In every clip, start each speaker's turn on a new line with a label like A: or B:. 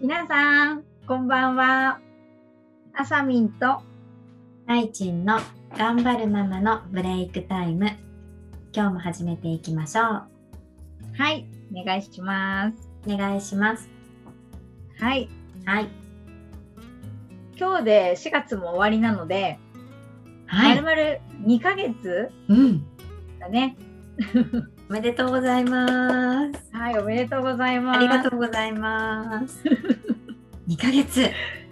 A: 皆さん、こんばんは。あさみんと、
B: ライチンの頑張るママのブレイクタイム。今日も始めていきましょう。
A: はい、お願いします。
B: お願いします。
A: はい、
B: はい。
A: 今日で4月も終わりなので、
B: は
A: ま。るまる2ヶ月
B: うん。
A: だね。
B: おめでとうございます。
A: はい、おめでとうございます。
B: ありがとうござい ます。2ヶ月。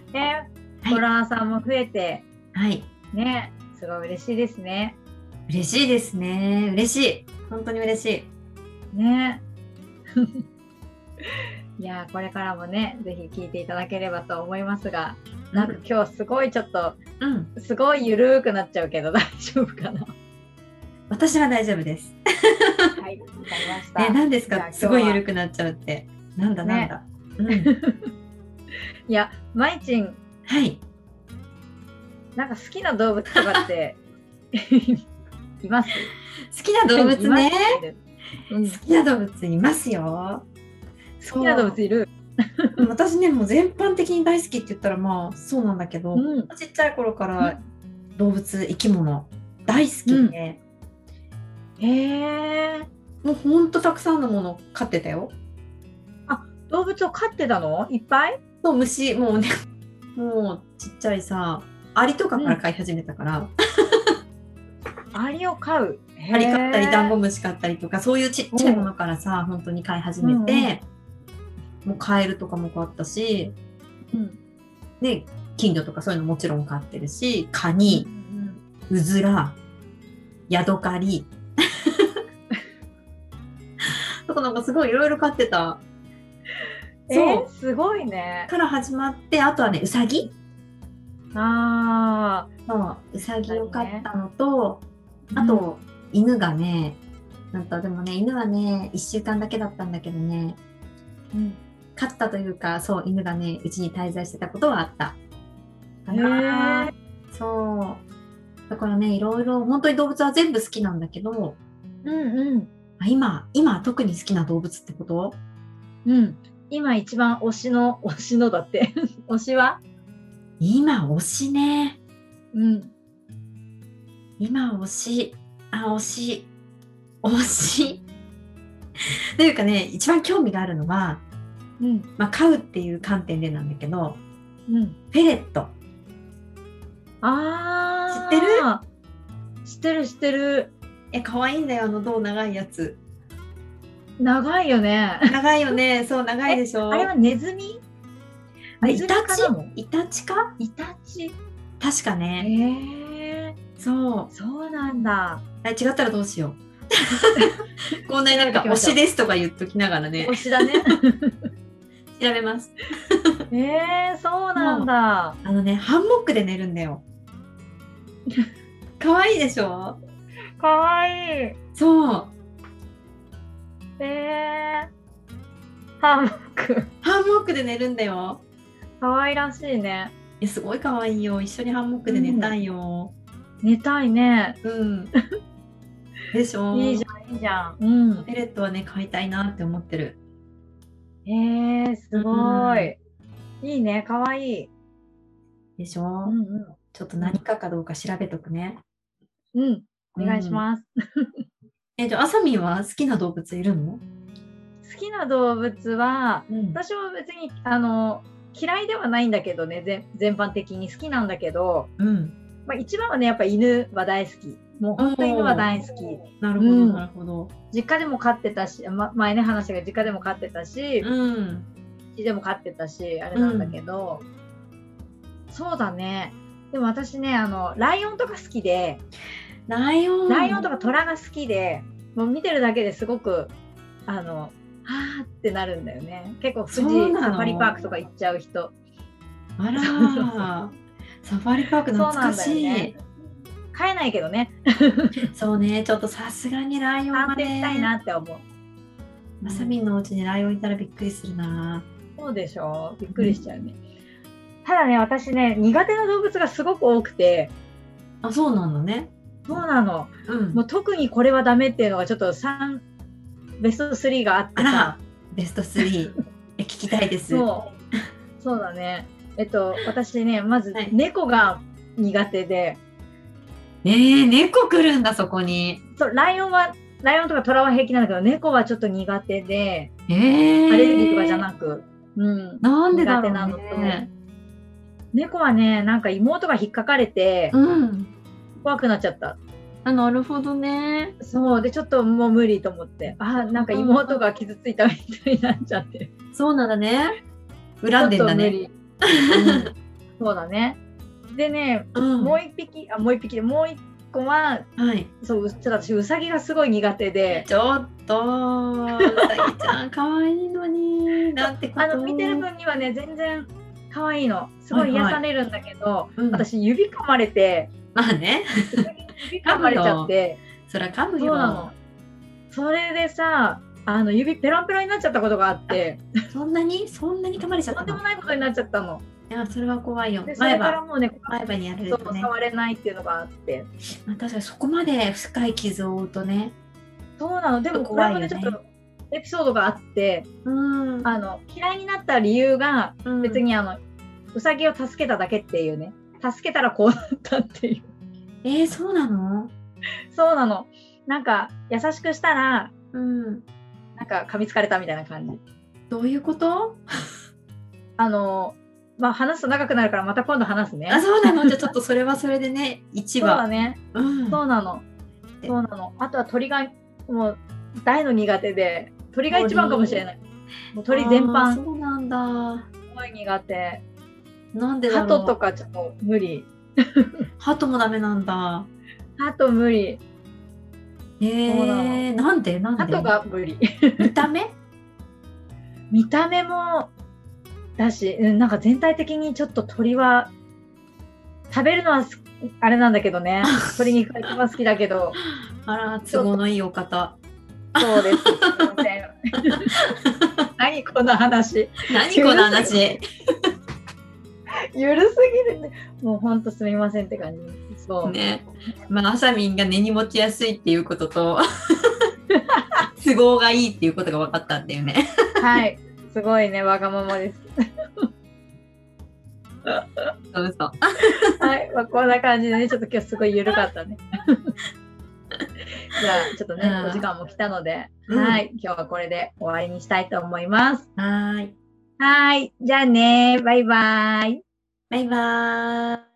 A: う。ね、
B: はい
A: フォロワーさんも増えて、
B: はい。
A: ね、すごい嬉しいですね。
B: 嬉しいですね。嬉しい。本当に嬉しい。
A: ね。 いやーこれからもね、ぜひ聞いていただければと思いますが、なんか今日すごいちょっと、
B: うん。
A: すごいゆるーくなっちゃうけど大丈夫 かな
B: 私は大丈夫です。
A: はい、わかりまし
B: え、
A: た。
B: 何です
A: じゃあ
B: か
A: 今日は
B: すごい緩くなっちゃうって。なんだなんだ。うん。
A: いや、まいちん、
B: はい。
A: なんか好きな動物とかって います
B: 好きな動物ね。
A: います
B: 好きな動物いますよ。
A: うん好きな動物いる
B: うん私ねもう全般的に大好きって言ったらまあそうなんだけど、
A: うん
B: ちっちゃい頃から動物生き物大好きで、
A: へえ
B: もうほんとたくさんのもの飼ってたよ
A: 動物を飼ってたのいっぱい
B: もう虫もうね もうちっちゃいさアリとかから飼い始めたから、
A: アリを飼うへー
B: アリ飼ったりダンゴムシ飼ったりとかそういうちっちゃいものからさ、本当に飼い始めて、もうカエルとかも飼ったし
A: うん
B: で金魚とかそういうのもちろん飼ってるしカニ
A: うん
B: うずら、ヤドカ リ。とかなんかすごいいろいろ飼ってた。
A: え
B: そう
A: ー、すごいね
B: から始まって、あとはね、うさぎ。
A: あ
B: そう、うさぎを飼ったのと、あと、犬がね、なんとでもね、犬はね、1週間だけだったんだけどね、
A: ー、うん
B: 飼ったというか、そう、犬がね、うちに滞在してたことはあった。か
A: へ
B: な
A: ー
B: そう。だからね、いろいろ、本当に動物は全部好きなんだけど、
A: うんうん
B: あ今今特に好きな動物ってこと
A: うん今一番推しの推しのだって 推しは
B: 今推しね
A: うん
B: 今推しあ推し推し というかね一番興味があるのは、
A: うん
B: まあ、飼うっていう観点でなんだけど
A: うん
B: フェレット
A: あ
B: 知っ
A: る
B: て
A: 知ってる知ってる
B: え可愛いんだよあの胴長いやつ
A: 長いよね
B: 長いよ ねそう長いでしょ
A: あれはネズミ
B: あれ
A: ネ
B: イ
A: ズミ
B: タ
A: 科
B: チ
A: なの
B: イタチか
A: イタチ
B: 確か
A: へ
B: ね
A: え
B: そう
A: そうなんだ
B: あ違ったらどうしよ うこんなになん
A: 調
B: か
A: べてみま
B: 推
A: しょう
B: しですとか言っときながらね
A: 推しだ ね
B: 調べます
A: へえそうなんだ
B: あのね、ハンモックで寝るんだよ。 可愛いでしょ
A: かわいいへ
B: そう。
A: えハンモック
B: ハンモックで寝るんだよ。
A: かわいらしいね
B: いや、すごい可愛いよ。一緒にハンモックで寝たいよ。
A: 寝たいね
B: うん。 でしょ
A: いいじゃんいいじゃんうん
B: ペレットはね、飼いたいなって思ってる。
A: へえすごいいいねかわいい
B: でしょ、
A: うんう
B: ちょっと何かかどうか調べとくね。
A: んうんお願いします
B: す。え、じゃあ、あさみんは好きな動物いるの
A: 好きな動物は
B: うん
A: 私は別にあの嫌いではないんだけどねぜ全般的に好きなんだけど、
B: うん。
A: まあ、一番はねやっぱ犬は大好きもう本当犬は大好き
B: なるほど、
A: うん
B: なるほど。
A: 実家でも飼ってたし、ま、前ね話したけど実家でも飼ってたし
B: うん。
A: 家でも飼ってたしあれなんだけど、そうだねでも私ねあのライオンとか好きで
B: ライオン。
A: ライオンとかトラが好きでもう見てるだけですごくあのはーってなるんだよね結構富
B: そう
A: 士
B: なの
A: サファリパークとか行っちゃう人
B: あら
A: そうそうそう
B: ー。サファリパーク懐かしい。
A: そうなんだよね飼えないけどね
B: そうね、ちょっとさすがにライオン
A: 探
B: は
A: 偵したいな
B: ね、
A: って思う。
B: まさみんのお家にライオンいたらびっくりするな。
A: そうでしょびっくりしちゃうね。ただね、私ね、苦手な動物がすごく多くて、
B: あ、そうなんだね。
A: そうなの。
B: うん
A: もう特にこれはダメっていうのがちょっと3、ベスト3があって
B: あら
A: さ、、
B: ベスト3。え、聞きたいです。
A: そう。そうだね。えっと、私ね、まず
B: はい
A: 猫が苦手で、
B: えー、猫来るんだ、そこに。
A: そうライオンは、ライオンとかトラは平気なんだけど、猫はちょっと苦手で、
B: えー、
A: アレルギーとかじゃなく、うん。
B: なんでだろう、ね、
A: 苦手なのと猫はね、なんか妹が引っかかれて、
B: うん。
A: 怖くなっちゃった。
B: あ、なるほどね。
A: そう、で、ちょっともう無理と思って、あー、なんか妹が傷ついたみたいになっちゃって。
B: そうなんだね。恨んでんだね。
A: ちょっと無理。うんそうだね。でね、
B: うん
A: もう一匹、あ、もう一匹で、もう一個は、
B: はい。
A: そう、うちょっと私、うさぎがすごい苦手で、
B: ちょっと、うさぎちゃん、可愛いのに。なんてこと。
A: あの見てる分にはね全然可愛いのすごい癒されるんだけど、
B: うん、
A: 私指噛まれて
B: まあね。
A: 指噛まれちゃって
B: そりゃ噛む
A: そう
B: よ。
A: なのそれでさあの指ペランペラになっちゃったことがあって
B: そんなに、そんなに噛まれちゃっ
A: と
B: た
A: んで
B: の。
A: も
B: い
A: ないことになっちゃったの
B: や、それは怖いよ
A: で。そ
B: 前
A: れか
B: 歯
A: ら、もうね
B: 前歯にやられ
A: そ
B: ると
A: う
B: ね。
A: 触れないっていうのがあって
B: まあ確かにそこまで深い傷を負うとね。
A: そうなのでもこれ
B: 怖い
A: も
B: よね
A: ねちょっとエピソードがあって
B: うん
A: あの嫌いになった理由が別。にあの、うさぎを助けただけっていうね助けたらこうなったっていう
B: えー、そうなの
A: そうなのなんか優しくしたら
B: うん。
A: なんか噛みつかれたみたいな感じ。
B: どういうこと
A: あのまあ話すと長くなるからまた今度話すね。
B: あ、そうなのじゃあちょっとそれはそれでね、一
A: そうだ
B: 話。
A: ね。
B: うん
A: そうなの。
B: え
A: そうなの。あとは鳥がもう大の苦手で鳥が一番かもしれない。もう鳥全
B: あー
A: 般す
B: そうなんだ。
A: ごい苦手。
B: なんでだろう
A: 鳩とかちょっと無理。
B: 鳩もダメなんだ。
A: 鳩無理。
B: え
A: そうなの
B: ー、なんでなんで
A: 鳩が無理。
B: 見た目
A: 見た目もだし、うん、なんか全体的にちょっと鳥は食べるのはすあれなんだけど ね。鶏肉が一番好きだけど。
B: あら、都合のいいお 方。
A: そうです。すいません 何この話。
B: 何この話。
A: ゆるすぎるね。もう本当すみませんって感じ。そう。
B: ね。まあ、あさみんが根に持ちやすいっていうことと、 都合がいいっていうことが分かったんだよね。
A: はい。すごいね、わがままです。
B: そうそう。
A: はい、まあ、こんな感じで ね、ちょっと今日すごいゆるかったね。 じゃあ、ちょっとね、
B: うん
A: お時間も来たので、
B: うん
A: はい、今日はこれで終わりにしたいと思います。
B: はーい。
A: はい、じゃあね、バイバイ。
B: バイバーイ。